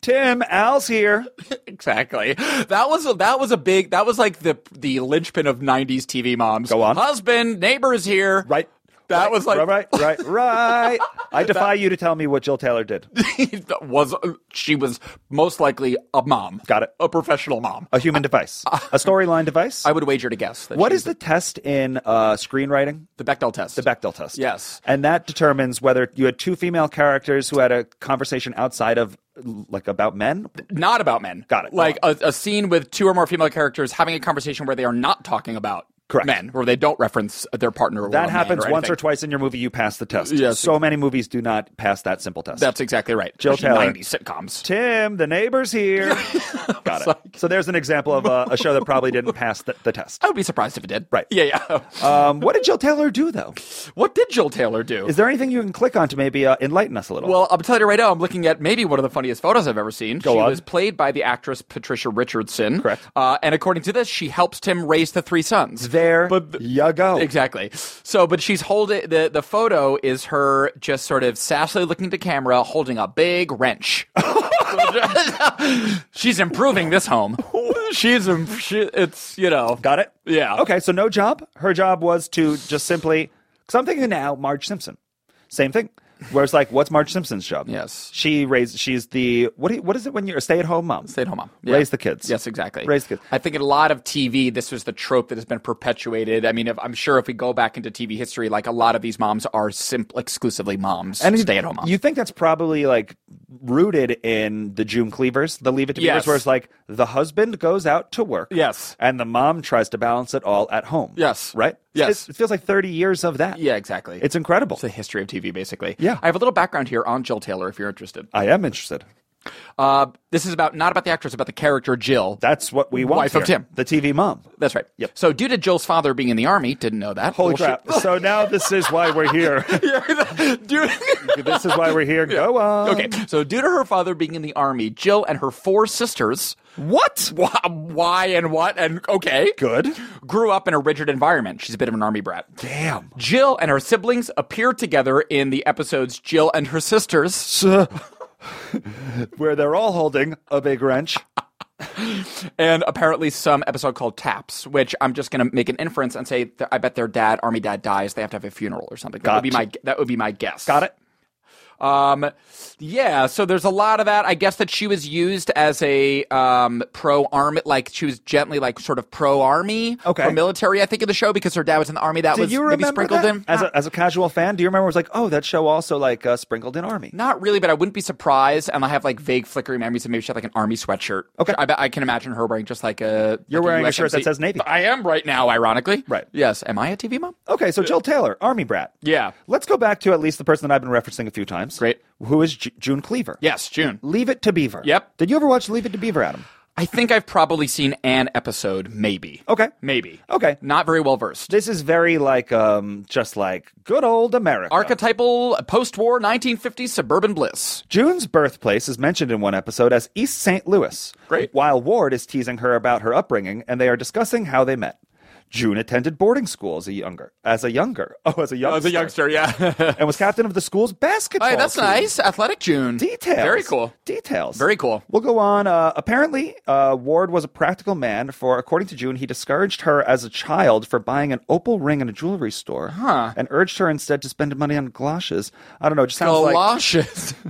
S3: Tim, Al's here.
S2: Exactly. That was a, that was a big that was like the the linchpin of 90s TV moms.
S3: Go on.
S2: Husband, neighbors here.
S3: Right.
S2: That was like
S3: right, right, right. I defy you to tell me what Jill Taylor did.
S2: that was she was most likely a mom.
S3: Got it.
S2: A professional mom.
S3: A human device, a storyline device.
S2: I would wager to guess that
S3: What
S2: she's
S3: is the test in uh, screenwriting?
S2: the Bechdel test?
S3: The Bechdel test.
S2: Yes.
S3: And that determines whether you had two female characters who had a conversation outside of, like, about men.
S2: not about men.
S3: Got it.
S2: Like a, a scene with two or more female characters having a conversation where they are not talking about
S3: Correct.
S2: men, where they don't reference their partner. Or a man
S3: That happens
S2: or
S3: once or
S2: anything.
S3: twice in your movie, you pass the test.
S2: Yes.
S3: So many movies do not pass that simple test.
S2: That's exactly right.
S3: Jill
S2: Especially
S3: Taylor.
S2: 90s sitcoms.
S3: Tim, the neighbor's here. Got it. So there's an example of a, a show that probably didn't pass the, the test.
S2: I would be surprised if it did.
S3: Right.
S2: Yeah, yeah.
S3: Um, what did Jill Taylor do, though?
S2: what did Jill Taylor do?
S3: Is there anything you can click on to maybe uh, enlighten us a little?
S2: Well, I'll tell you right now, I'm looking at maybe one of the funniest photos I've ever seen.
S3: Go
S2: she
S3: on.
S2: was played by the actress Patricia Richardson.
S3: Correct.
S2: Uh, and according to this, she helps Tim raise the three sons.
S3: there
S2: But th-
S3: you go.
S2: Exactly. So, but she's holding the the photo is her just sort of sassily looking to camera, holding a big wrench. she's improving this home. She's im- she, it's you know
S3: Got it?
S2: Yeah.
S3: Okay, so no job. Her job was to just simply, because I'm thinking now, Marge Simpson. Same thing. Where it's like, what's Marge Simpson's job?
S2: Yes.
S3: She raised, she's the, what, do you- what is it when you're a stay at home mom?
S2: Stay at home mom. Yeah.
S3: Raise the kids.
S2: Yes, exactly.
S3: Raise the kids.
S2: I think in a lot of TV, this was the trope that has been perpetuated. I mean, if, I'm sure if we go back into TV history, like a lot of these moms are simple, exclusively moms and
S3: you-
S2: stay at home moms.
S3: You think that's probably like rooted in the June Cleavers, the Leave It to Beavers,
S2: Yes.
S3: where it's like the husband goes out to work.
S2: Yes.
S3: And the mom tries to balance it all at home.
S2: Yes.
S3: Right?
S2: Yes.
S3: It, it feels like 30 years of that.
S2: yeah, exactly.
S3: It's incredible.
S2: It's the history of TV, basically.
S3: Yeah.
S2: I have a little background here on Jill Taylor, if you're interested.
S3: I am interested.
S2: Uh, this is about not about the actress, about the character Jill.
S3: That's what we want.
S2: Wife of
S3: here.
S2: Tim.
S3: The TV mom.
S2: That's right.
S3: Yep.
S2: So due to Jill's father being in the army, didn't know that.
S3: Holy
S2: Little
S3: crap. so now this is why we're here.
S2: shit. Due-
S3: this is why we're here. Go on.
S2: Okay, so due to her father being in the army, Jill and her four sisters. What? Why, why and what? And okay.
S3: Good.
S2: Grew up in a rigid environment. She's a bit of an army brat.
S3: Damn.
S2: Jill and her siblings appear together in the episodes Jill and Her Sisters,
S3: So, where they're all holding a big wrench.
S2: and apparently some episode called Taps, which I'm just going to make an inference and say that I bet their dad, army dad, dies. They have to have a funeral or something. That would be
S3: Gotcha.
S2: my that would be my guess.
S3: Got it?
S2: Um, yeah, so there's a lot of that. I guess that she was used as a um, pro army, like she was gently like sort of pro army,
S3: Okay.
S2: pro military. I think in the show because her dad was in the army. That
S3: Do
S2: was
S3: you
S2: maybe
S3: remember
S2: sprinkled
S3: that?
S2: in.
S3: as a, as a casual fan? Do you remember? It was like, oh, that show also like uh, sprinkled in army.
S2: Not really, but I wouldn't be surprised. And I have like vague flickering memories of maybe she had like an army sweatshirt.
S3: Okay.
S2: I, bet I can imagine her wearing just like a.
S3: You're
S2: like
S3: wearing a shirt that
S2: USMC.
S3: says Navy.
S2: I am right now, ironically.
S3: Right.
S2: Yes. Am I a TV mom?
S3: Okay, so Jill Taylor, army brat.
S2: Yeah.
S3: Let's go back to at least the person that I've been referencing a few times.
S2: Great.
S3: Who is J- June Cleaver?
S2: Yes, June.
S3: Leave It to Beaver.
S2: Yep.
S3: Did you ever watch Leave It to Beaver, Adam?
S2: I think I've probably seen an episode, maybe.
S3: Okay.
S2: Maybe.
S3: Okay.
S2: Not very well versed.
S3: This is very like um just like good old America.
S2: Archetypal post war 1950s suburban bliss.
S3: June's birthplace is mentioned in one episode as East St. Louis.
S2: Great.
S3: While Ward is teasing her about her upbringing, and they are discussing how they met. June attended boarding school as a younger, as a younger, oh, as a youngster,
S2: yeah.
S3: and was captain of the school's basketball.
S2: hey, that's
S3: team.
S2: nice. Athletic June.
S3: Details.
S2: Very cool.
S3: Details.
S2: Very cool.
S3: We'll go on. Uh, apparently, uh, Ward was a practical man, for according to June, he discouraged her as a child for buying an opal ring in a jewelry store and urged her instead to spend money on galoshes. I don't know. It just sounds like.
S2: Galoshes.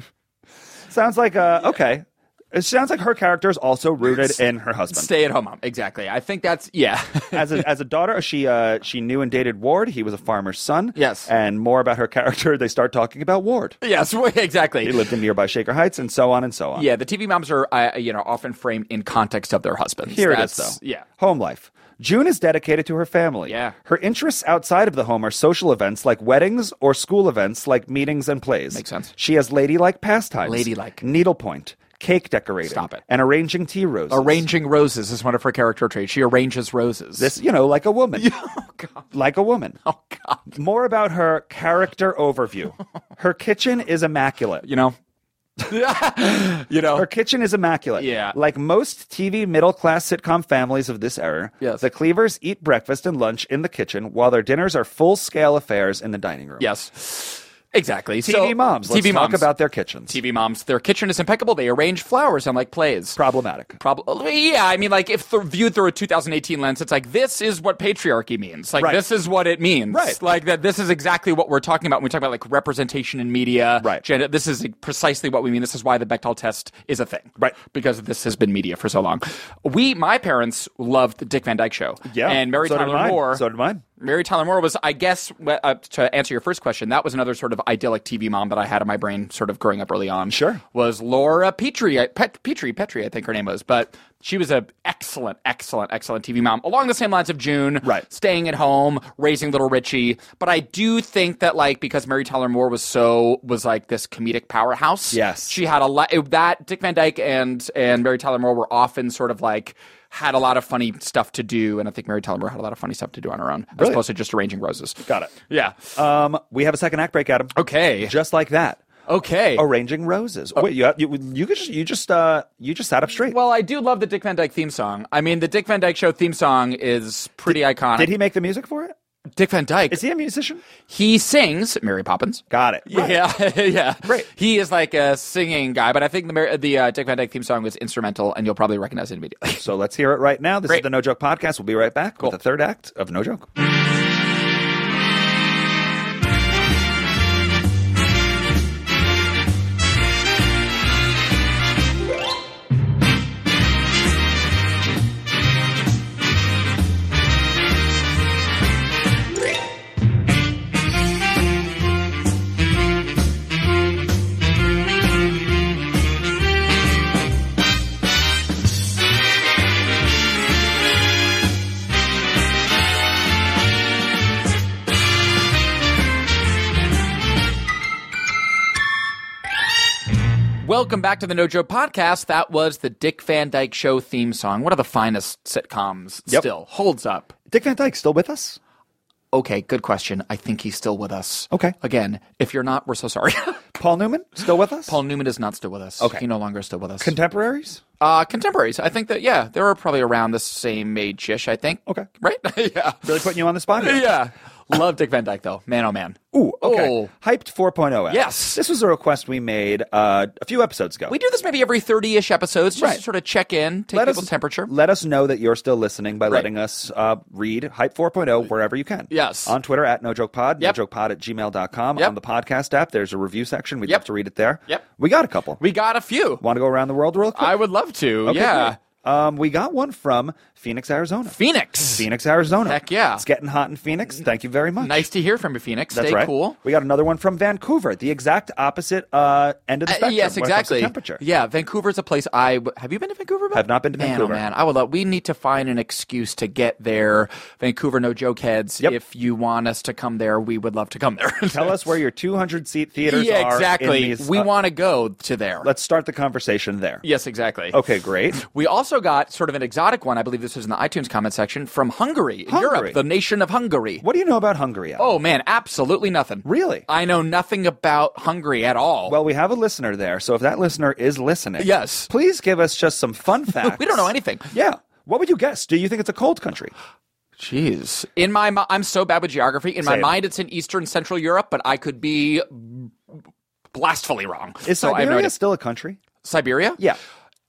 S3: Sounds like, uh, okay. It sounds like her character is also rooted in her husband.
S2: Stay at home mom. Exactly. I think that's, yeah.
S3: As a, as a daughter, she uh, she knew and dated Ward. He was a farmer's son.
S2: Yes.
S3: And more about her character, they start talking about Ward.
S2: yes, exactly.
S3: He lived in nearby Shaker Heights, and so on and so on.
S2: Yeah, the TV moms are, uh, you know, often framed in context of their husbands.
S3: Here
S2: That's-
S3: it is, though.
S2: Yeah.
S3: Home life. June is dedicated to her family.
S2: Yeah.
S3: Her interests outside of the home are social events like weddings or school events like meetings and plays.
S2: Makes sense.
S3: She has ladylike pastimes.
S2: Ladylike.
S3: Needlepoint. Cake decorating.
S2: Stop it.
S3: And arranging tea roses.
S2: Arranging roses is one of her character traits. She arranges roses.
S3: This, you know, like a woman.
S2: oh god,
S3: Like a woman.
S2: oh god.
S3: More about her character overview. Her kitchen is immaculate.
S2: You know, you know.
S3: Her kitchen is immaculate.
S2: Yeah.
S3: Like most TV middle class sitcom families of this era,
S2: Yes.
S3: the Cleavers eat breakfast and lunch in the kitchen while their dinners are full scale affairs in the dining room.
S2: yes, exactly.
S3: TV
S2: So,
S3: moms. Let's
S2: TV
S3: talk
S2: moms.
S3: about their kitchens.
S2: TV moms. Their kitchen is impeccable. They arrange flowers and like plays.
S3: Problematic.
S2: Probably, yeah. I mean, like if th- viewed through a 2018 lens, it's like this is what patriarchy means. Like
S3: Right.
S2: this is what it means.
S3: Right.
S2: Like that. This is exactly what we're talking about when we talk about like representation in media.
S3: Right.
S2: Gender, this is precisely what we mean. This is why the Bechtel test is a thing.
S3: Right.
S2: Because this has been media for so long. We, my parents, loved the Dick Van Dyke Show.
S3: Yeah.
S2: And Mary
S3: so did
S2: Tyler
S3: mine.
S2: Moore.
S3: So did mine.
S2: Mary Tyler Moore was, I guess, wh- uh, to answer your first question, that was another sort of idyllic TV mom that I had in my brain, sort of growing up early on.
S3: Sure.
S2: was Laura Petrie, I- Pet, Petrie, Petrie, I think her name was, but she was an excellent, excellent, excellent TV mom, along the same lines of June,
S3: Right.
S2: Staying at home, raising little Richie, but I do think that like because Mary Tyler Moore was so was like this comedic powerhouse.
S3: Yes.
S2: she had a lot that Dick Van Dyke and and Mary Tyler Moore were often sort of like. Had a lot of funny stuff to do, and I think Mary Tyler Moore had a lot of funny stuff to do on her own, as
S3: Brilliant.
S2: opposed to just arranging roses.
S3: Got it.
S2: Yeah.
S3: Um, we have a second act break, Adam.
S2: Okay.
S3: Just like that.
S2: Okay.
S3: Arranging roses. Wait, you, you you could just you just uh you just sat up straight.
S2: Oh. Well, I do love the Dick Van Dyke theme song. I mean, the Dick Van Dyke Show theme song is pretty iconic.
S3: did he make the music for it?
S2: Dick Van Dyke.
S3: Is he a musician?
S2: he sings Mary Poppins.
S3: Got it. Right.
S2: Yeah, yeah.
S3: Right.
S2: He is like a singing guy, but I think the Mar- the uh, Dick Van Dyke theme song was instrumental, and you'll probably recognize it immediately.
S3: So let's hear it right now. This is
S2: Great.
S3: the No Joke Podcast. We'll be right back with the third act of No Joke.
S2: Welcome back to the No Joke Podcast. That was the Dick Van Dyke Show theme song. One of the finest sitcoms
S3: Yep.
S2: still holds up.
S3: Dick Van Dyke still with us?
S2: Okay, good question. I think he's still with us.
S3: Okay.
S2: Again, if you're not, we're so sorry.
S3: Paul Newman still with us?
S2: Paul Newman is not still with us.
S3: Okay.
S2: He no longer is still with us.
S3: contemporaries?
S2: Uh, contemporaries. I think that yeah, they were probably around the same age-ish. I think.
S3: Okay.
S2: Right. yeah.
S3: Really putting you on the spot? here.
S2: Yeah. Love Dick Van Dyke though. Man, oh man.
S3: Ooh, okay.
S2: Oh.
S3: Hyped 4.0 Alex.
S2: Yes.
S3: This was a request we made uh, a few episodes ago.
S2: We do this maybe every 30 ish episodes just
S3: Right.
S2: to sort of check in, take people's temperature.
S3: Let us know that you're still listening by letting us uh, read Hype 4.0 wherever you can.
S2: Yes.
S3: On Twitter at NoJokePod,
S2: Yep.
S3: NoJokePod at gmail.com.
S2: Yep.
S3: On the podcast app, there's a review section. We'd
S2: Yep.
S3: love to read it there.
S2: Yep.
S3: We got a couple.
S2: we got a few.
S3: Want to go around the world real quick?
S2: I would love to.
S3: Okay,
S2: yeah.
S3: great. Um, we got one from Phoenix, Arizona.
S2: Phoenix.
S3: Phoenix, Arizona.
S2: Heck yeah.
S3: It's getting hot in Phoenix. Thank you very much.
S2: Nice to hear from you, Phoenix.
S3: That's
S2: Stay
S3: right.
S2: cool.
S3: We got another one from Vancouver, the exact opposite uh, end of the
S2: Uh,
S3: spectrum.
S2: yes,
S3: when it comes to
S2: exactly.
S3: temperature.
S2: Yeah, Vancouver's a place I w- have you been to Vancouver? Bill?
S3: Have not been to
S2: man,
S3: Vancouver.
S2: Oh man, I would love. We need to find an excuse to get there. Vancouver, no joke heads.
S3: Yep.
S2: If you want us to come there, we would love to come there.
S3: Tell us where your 200 seat theaters are.
S2: yeah,
S3: in
S2: exactly.
S3: these,
S2: we
S3: uh,
S2: want to go to there.
S3: Let's Oh. start the conversation there.
S2: yes, exactly.
S3: Okay, great.
S2: We also got sort of an exotic one. I believe this was in the iTunes comment section from Hungary,
S3: Hungary.
S2: Europe, the nation of Hungary.
S3: What do you know about Hungary? Al?
S2: Oh uh, man, absolutely nothing.
S3: Really?
S2: I know nothing about Hungary at all.
S3: Well, we have a listener there, so if that listener is listening,
S2: Yes.
S3: please give us just some fun facts.
S2: we don't know anything.
S3: Yeah. What would you guess? Do you think it's a cold country?
S2: Jeez. In my mi- I'm so bad with geography. In
S3: Same.
S2: my mind, it's in Eastern Central Europe, but I could be blastfully wrong.
S3: Is
S2: so I have
S3: Siberia
S2: no idea.
S3: still a country?
S2: Siberia?
S3: Yeah.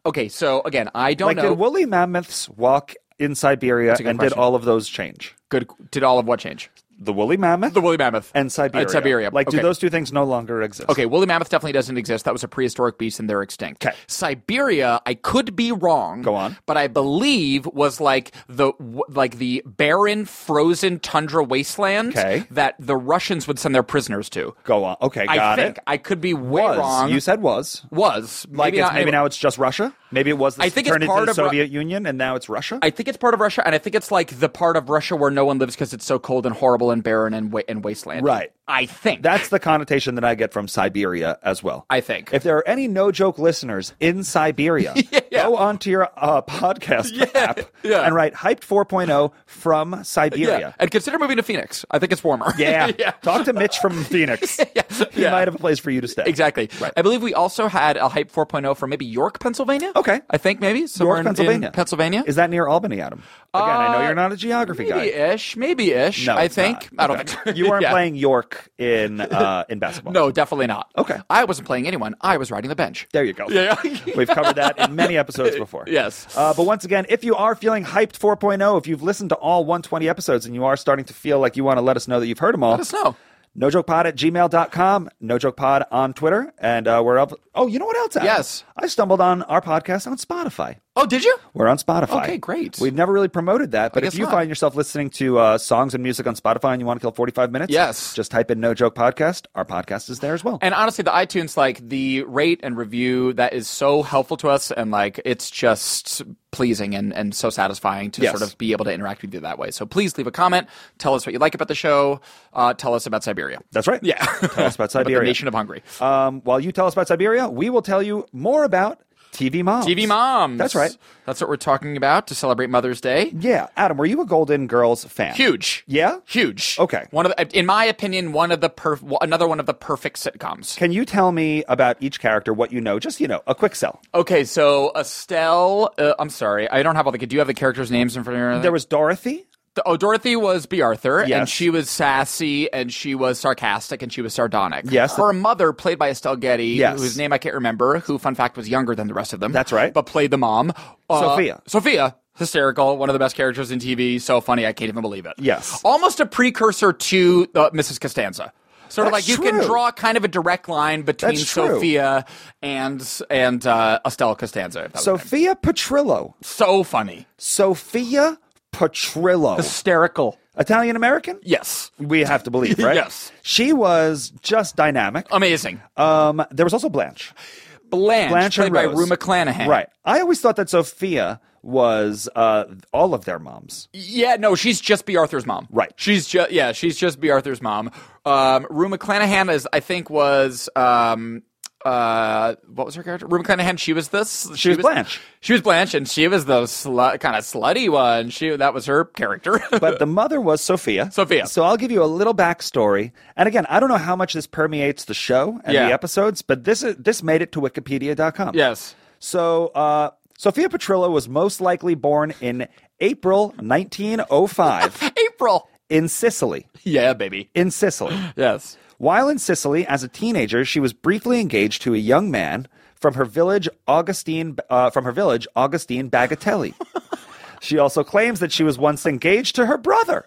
S2: Okay. So again, I don't
S3: like,
S2: know.
S3: did woolly mammoths walk in Siberia
S2: Oh, a
S3: and
S2: good
S3: did
S2: question.
S3: all of those change?
S2: Good. Did all of what change?
S3: The woolly mammoth?
S2: The woolly mammoth
S3: and Siberia.
S2: Uh, Siberia.
S3: Like,
S2: okay.
S3: do those two things no longer exist?
S2: Okay, woolly mammoth definitely doesn't exist. That was a prehistoric beast, and they're extinct.
S3: 'Kay.
S2: Siberia, I could be wrong.
S3: Go on.
S2: but I believe was like the w- like the barren, frozen tundra wasteland
S3: 'Kay.
S2: that the Russians would send their prisoners to.
S3: Go on. Okay, got
S2: I think
S3: it.
S2: I could be way
S3: was.
S2: wrong.
S3: You said was.
S2: was
S3: Like,
S2: maybe,
S3: it's,
S2: not-
S3: maybe now it's just Russia. Maybe it was. This
S2: I think it's
S3: turned
S2: part
S3: into
S2: of
S3: the
S2: Ru-
S3: Soviet Union, and now it's Russia.
S2: I think it's part of Russia, and I think it's like the part of Russia where no one lives because it's so cold and horrible and barren and wa- and wasteland.
S3: Right.
S2: I think
S3: That's the connotation that I get from Siberia as well.
S2: I think.
S3: If there are any no joke listeners in Siberia, go onto your uh, podcast app
S2: yeah.
S3: and write Hyped 4.0 from
S2: yeah.
S3: Siberia.
S2: And consider moving to Phoenix. I think it's warmer.
S3: Yeah. Talk to Mitch from Phoenix. He
S2: Yeah.
S3: might have a place for you to stay.
S2: Exactly.
S3: Right.
S2: I believe we also had a Hype 4.0 from maybe York, Pennsylvania.
S3: Okay.
S2: I think maybe somewhere
S3: York,
S2: in-
S3: Pennsylvania.
S2: in Pennsylvania.
S3: Is that near Albany, Adam? Again, I know
S2: Uh,
S3: you're not a geography guy.
S2: maybe ish, maybe ish.
S3: No,
S2: I
S3: it's
S2: think.
S3: not.
S2: I don't
S3: Okay.
S2: think
S3: you weren't
S2: Yeah.
S3: playing York in uh, in basketball.
S2: No, definitely not.
S3: Okay.
S2: I wasn't playing anyone. I was riding the bench.
S3: There you go.
S2: Yeah.
S3: We've covered that in many episodes before.
S2: Yes.
S3: Uh, but once again, if you are feeling hyped 4.0, if you've listened to all 120 episodes and you are starting to feel like you want to let us know that you've heard them all,
S2: Let us know.
S3: NoJokePod at gmail.com, NoJokePod on Twitter, and uh, we're up. Oh, you know what else? Adam?
S2: Yes.
S3: I stumbled on our podcast on Spotify.
S2: Oh, did you?
S3: We're on Spotify.
S2: Okay, great.
S3: We've never really promoted that, but if
S2: guess
S3: you
S2: not.
S3: find yourself listening to uh, songs and music on Spotify and you want to kill 45 minutes,
S2: Yes.
S3: just type in No Joke Podcast. Our podcast is there as well.
S2: And honestly, the iTunes like the rate and review that is so helpful to us, and like it's just pleasing and, and so satisfying to
S3: Yes.
S2: sort of be able to interact with you that way. So please leave a comment, tell us what you like about the show, uh, tell us about Siberia,
S3: That's right.
S2: Yeah.
S3: tell us about
S2: about the
S3: Siberia.
S2: nation of Hungary.
S3: um, while you tell us about Siberia, we will tell you more about TV Moms.
S2: TV moms.
S3: That's right.
S2: That's what we're talking about to celebrate Mother's Day.
S3: Yeah. Adam, were you a Golden Girls fan?
S2: Huge.
S3: Yeah?
S2: Huge.
S3: Okay.
S2: One of the, in my opinion, one of the perf- another one of the perfect sitcoms.
S3: Can you tell me about each character what you know? Just, you know, a quick sell.
S2: Okay, so Estelle, uh, I'm sorry, I don't have all the. Do you have the characters' names in front of you?
S3: There was Dorothy.
S2: The- Oh, Dorothy was B. Arthur,
S3: Yes.
S2: and she was sassy, and she was sarcastic, and she was sardonic.
S3: Yes.
S2: Her mother, played by Estelle Getty,
S3: Yes.
S2: whose name I can't remember, who, fun fact, was younger than the rest of them.
S3: That's right.
S2: But played the mom. Uh,
S3: Sophia.
S2: Sophia. Hysterical, one of the best characters in TV. So funny, I can't even believe it.
S3: Yes.
S2: Almost a precursor to uh, Mrs. Costanza. Sort of
S3: That's
S2: like you can
S3: true.
S2: draw kind of a direct line between
S3: That's true.
S2: Sophia and and uh, Estelle Costanza. if that was her name.
S3: Sophia Petrillo.
S2: so funny.
S3: Sophia Petrillo.
S2: Hysterical.
S3: Italian American?
S2: Yes.
S3: We have to believe, right?
S2: Yes.
S3: She was just dynamic.
S2: Amazing.
S3: Um, there was also Blanche.
S2: Blanche,
S3: Blanche
S2: played
S3: and
S2: by
S3: Rose.
S2: Rue McClanahan.
S3: Right. I always thought that Sophia was uh, all of their moms.
S2: Yeah, no, she's just B. Arthur's mom.
S3: Right.
S2: She's just yeah, she's just B. Arthur's mom. Um, Rue McClanahan is I think was um uh what was her character? Rue McClanahan. She was this. She,
S3: was Blanche.
S2: She was Blanche, and she was the slu- kind of slutty one. She that was her character.
S3: But the mother was Sophia.
S2: Sophia.
S3: So I'll give you a little backstory. And again, I don't know how much this permeates the show and
S2: Yeah.
S3: the episodes, but this is, this made it to Wikipedia.com.
S2: yes.
S3: So uh, Sophia Petrillo was most likely born in April 1905
S2: April.
S3: in Sicily.
S2: Yeah, baby.
S3: In Sicily.
S2: Yes.
S3: While in Sicily as a teenager, she was briefly engaged to a young man from her village, Augustine, uh, from her village, Augustine Bagatelli. she also claims that she was once engaged to her brother.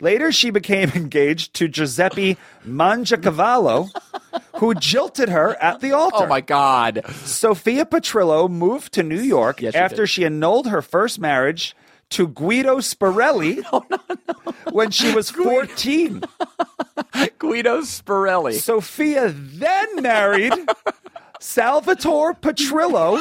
S3: Later, she became engaged to Giuseppe Mangiacavallo, who jilted her at the altar.
S2: Oh my God.
S3: Sophia Petrillo moved to New York
S2: Yes, she
S3: after
S2: did.
S3: she annulled her first marriage to Guido Spirelli when she was 14.
S2: Guido Spirelli.
S3: Sophia then married Salvatore Petrillo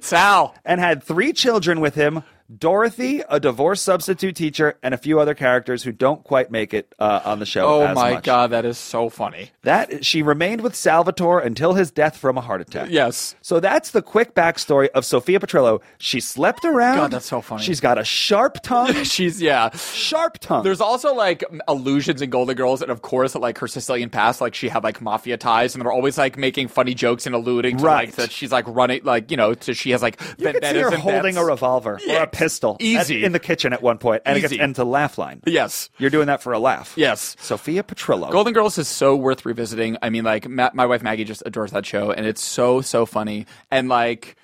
S2: Sal.
S3: and had three children with him. Dorothy, a divorced substitute teacher, and a few other characters who don't quite make it uh, on the show.
S2: Oh
S3: as
S2: my
S3: much.
S2: God, that is so funny.
S3: That she remained with Salvatore until his death from a heart attack.
S2: Yes.
S3: So that's the quick backstory of Sophia Petrillo. She slept around.
S2: God, that's so funny.
S3: She's got a sharp tongue.
S2: She's, yeah.
S3: sharp tongue.
S2: There's also like m- allusions in Golden Girls, and of course, like her Sicilian past, like she had like mafia ties, and they're always like making funny jokes and alluding to
S3: Right.
S2: like that she's like running, like you know, so she has like
S3: you can see
S2: vendettas
S3: her
S2: and
S3: holding
S2: bets.
S3: a revolver or
S2: Yeah,
S3: a pistol at-
S2: easy.
S3: in the kitchen at one point, and it
S2: Easy.
S3: gets into laugh line.
S2: Yes.
S3: You're doing that for a laugh.
S2: Yes.
S3: Sophia Petrillo.
S2: Golden Girls is so worth revisiting. I mean, like Ma- my wife Maggie just adores that show, and it's so so funny. And like,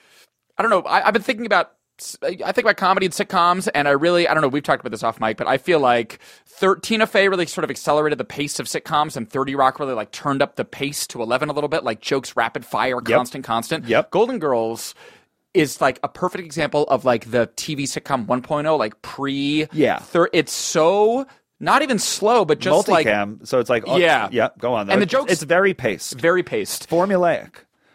S2: I don't know. I- I've been thinking about. I think about comedy and sitcoms, and I really, I don't know, we've talked about this off mic, but I feel like 13 Fey really sort of accelerated the pace of sitcoms, and 30 Rock really like turned up the pace to 11 a little bit, like jokes rapid fire, constant, constant.
S3: Yep.
S2: Golden Girls is like a perfect example of like the TV sitcom 1.0, like pre.
S3: Yeah.
S2: Thir- it's so not even slow, but just like
S3: Multicam. so it's like, oh,
S2: Yeah.
S3: yeah, go on. though.
S2: And the
S3: It's-
S2: jokes-
S3: It's very paced,
S2: very paced.
S3: formulaic.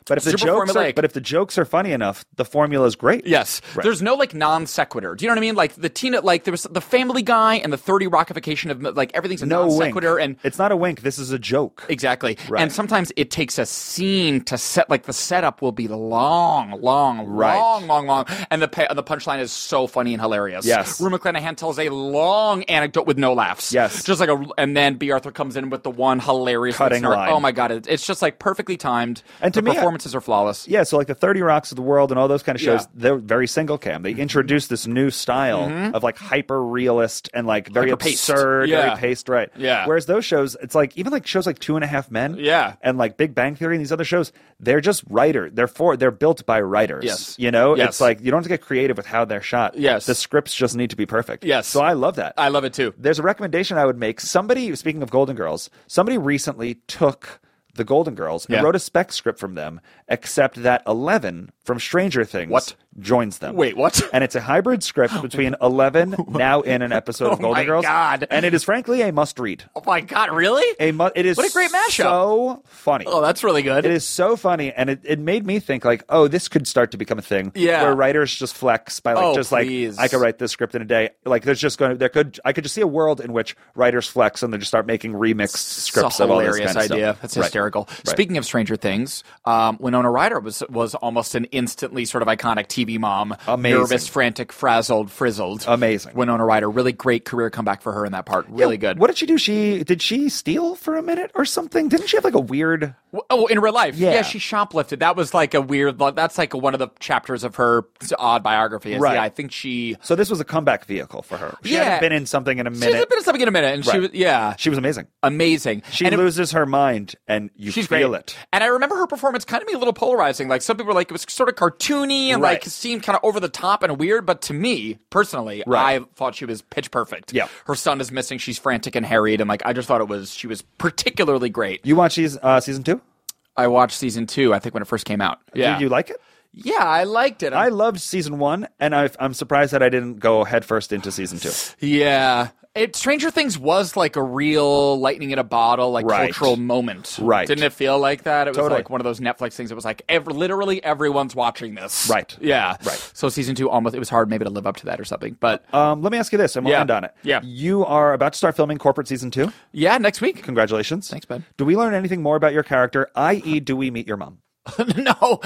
S3: But if the
S2: Super
S3: jokes are,
S2: formulaic.
S3: but if the jokes are funny enough, the formula is great.
S2: Yes,
S3: Right.
S2: there's no like non sequitur. Do you know what I mean? Like the Tina, like there was the Family Guy and the Thirty Rockification of like everything's a
S3: no
S2: non
S3: wink.
S2: sequitur and
S3: it's not a wink. This is a joke.
S2: exactly.
S3: Right.
S2: And sometimes it takes a scene to set like the setup will be long, long,
S3: Right.
S2: long, long, long, and the pa- the punchline is so funny and hilarious.
S3: Yes.
S2: Rue McClanahan tells a long anecdote with no laughs.
S3: Yes.
S2: just like a and then B Arthur comes in with the one hilarious
S3: Cutting
S2: snark.
S3: line.
S2: Oh my god, it, it's just like perfectly timed.
S3: And to
S2: the
S3: me,
S2: performances
S3: I-
S2: are flawless.
S3: yeah, so like the 30 Rocks of the World and all those kind of
S2: Yeah.
S3: shows,
S2: Mm-hmm.
S3: they're very single cam. They introduced this new style of like hyper realist and like very
S2: Hyper-paced.
S3: absurd,
S2: Yeah.
S3: very paced, right?
S2: Yeah.
S3: Whereas those shows, it's like even like shows like Two and a Half Men,
S2: Yeah.
S3: and like Big Bang Theory and these other shows, they're just writer. They're for they're built by writers.
S2: Yes.
S3: you know,
S2: Yes.
S3: it's like you don't have to get creative with how they're shot.
S2: Yes.
S3: the scripts just need to be perfect.
S2: Yes.
S3: so I love that
S2: I love it too.
S3: there's a recommendation I would make. Somebody, speaking of Golden Girls, somebody recently took the Golden Girls and
S2: Yeah.
S3: wrote a spec script from them, except that Eleven from Stranger Things
S2: What?
S3: joins them.
S2: Wait, what?
S3: And it's a hybrid script between Eleven, now in an episode of
S2: Oh
S3: Golden
S2: my
S3: Girls,
S2: God.
S3: and it is frankly a must read.
S2: Oh my god, really?
S3: A mu- it is
S2: What a great mashup.
S3: So funny.
S2: Oh, that's really good.
S3: It is so funny, and it, it made me think like, oh, this could start to become a thing.
S2: Yeah.
S3: where writers just flex by like
S2: Oh,
S3: just like
S2: please.
S3: I could write this script in a day. Like there's just going to there could I could just see a world in which writers flex and they just start making remixed scripts
S2: It's a
S3: of all this
S2: hilarious
S3: kind of
S2: idea.
S3: stuff.
S2: That's
S3: Right.
S2: hysterical.
S3: Right.
S2: Speaking of Stranger Things, um, Winona Ryder was was almost an instantly sort of iconic TV mom.
S3: Amazing.
S2: Nervous, frantic, frazzled, frizzled.
S3: Amazing.
S2: Winona Ryder, really great career comeback for her in that part. Really good.
S3: What did she do? She did she steal for a minute or something? Didn't she have like a weird?
S2: Oh, in real life,
S3: Yeah.
S2: yeah. she shoplifted. That was like a weird. That's like one of the chapters of her odd biography. Is,
S3: Right.
S2: Yeah, I think she.
S3: So this was a comeback vehicle for her. She
S2: Yeah.
S3: hadn't been in something in a
S2: She's
S3: minute.
S2: been in something in a minute, and she
S3: Right.
S2: was yeah,
S3: She was amazing.
S2: amazing.
S3: She
S2: and it-
S3: loses her mind, and you
S2: She's
S3: feel
S2: great.
S3: it.
S2: And I remember her performance kind of being a little polarizing. Like some people were like it was sort of cartoony and
S3: Right.
S2: like seemed kind of over the top and weird, but to me personally,
S3: Right.
S2: I thought she was pitch perfect.
S3: Yeah.
S2: Her son is missing, she's frantic and harried and like I just thought it was she was particularly great.
S3: You watch season, uh, season two? I
S2: I watched season 2 I think when it first came out. Yeah.
S3: Did you like it?
S2: yeah, I liked it.
S3: I loved season one, and i I'm surprised that I didn't go headfirst into season two.
S2: yeah. It Stranger Things was like a real lightning in a bottle, like
S3: Right.
S2: cultural moment.
S3: Right.
S2: Didn't it feel like that? It was
S3: Totally.
S2: like one of those Netflix things. It was like ev- literally everyone's watching this.
S3: Right.
S2: Yeah.
S3: Right.
S2: So season two almost it was hard maybe to live up to that or something. But
S3: Um, let me ask you this, and we'll
S2: Yeah.
S3: end on it.
S2: Yeah.
S3: You are about to start filming corporate season two.
S2: yeah, next week.
S3: Congratulations.
S2: Thanks, bud.
S3: Do we learn anything more about your character, i.e., do we meet your mom?
S2: no.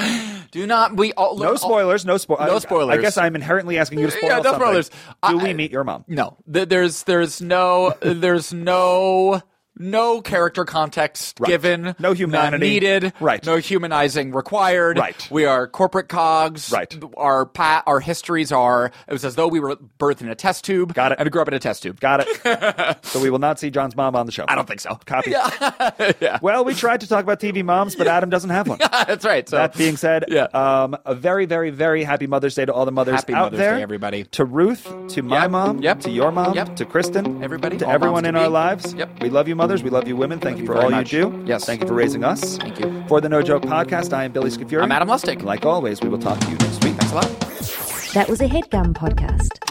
S2: Do not we all
S3: No spoilers. No, spo-
S2: No
S3: I-
S2: spoilers.
S3: I, guess I'm inherently asking you to spoil
S2: Yeah, no
S3: something.
S2: spoilers.
S3: Do
S2: I-
S3: we meet your mom?
S2: No. Th- there's there's no there's no no character context
S3: Right.
S2: given,
S3: No humanity.
S2: none needed,
S3: Right.
S2: No humanizing required,
S3: Right.
S2: We are corporate cogs,
S3: Right.
S2: Our pa- our histories are it was as though we were birthed in a test tube,
S3: Got it.
S2: and we grew up in a test tube.
S3: Got it. so we will not see John's mom on the show.
S2: I don't think so.
S3: Copy. Well, we tried to talk about TV moms, but Adam doesn't have one.
S2: That's right. So
S3: That being said,
S2: Yeah.
S3: um, a very, very, very happy Mother's Day to all the mothers
S2: Happy
S3: out
S2: Mother's
S3: there.
S2: Day, everybody.
S3: To Ruth, to my
S2: Yep.
S3: mom,
S2: Yep.
S3: to your mom,
S2: Yep.
S3: to Kristen,
S2: Everybody,
S3: to
S2: all
S3: everyone
S2: moms
S3: in
S2: to
S3: our
S2: be.
S3: lives.
S2: Yep.
S3: We love you, mothers. We love you, women. Thank you
S2: you
S3: for
S2: very
S3: all
S2: much.
S3: you do.
S2: Yes.
S3: Thank you for raising us.
S2: Thank you.
S3: For the No Joke Podcast, I am Billy Scafuri.
S2: I'm Adam Lustig.
S3: Like always, we will talk to you next week.
S2: Thanks a lot.
S1: That was a headgum podcast.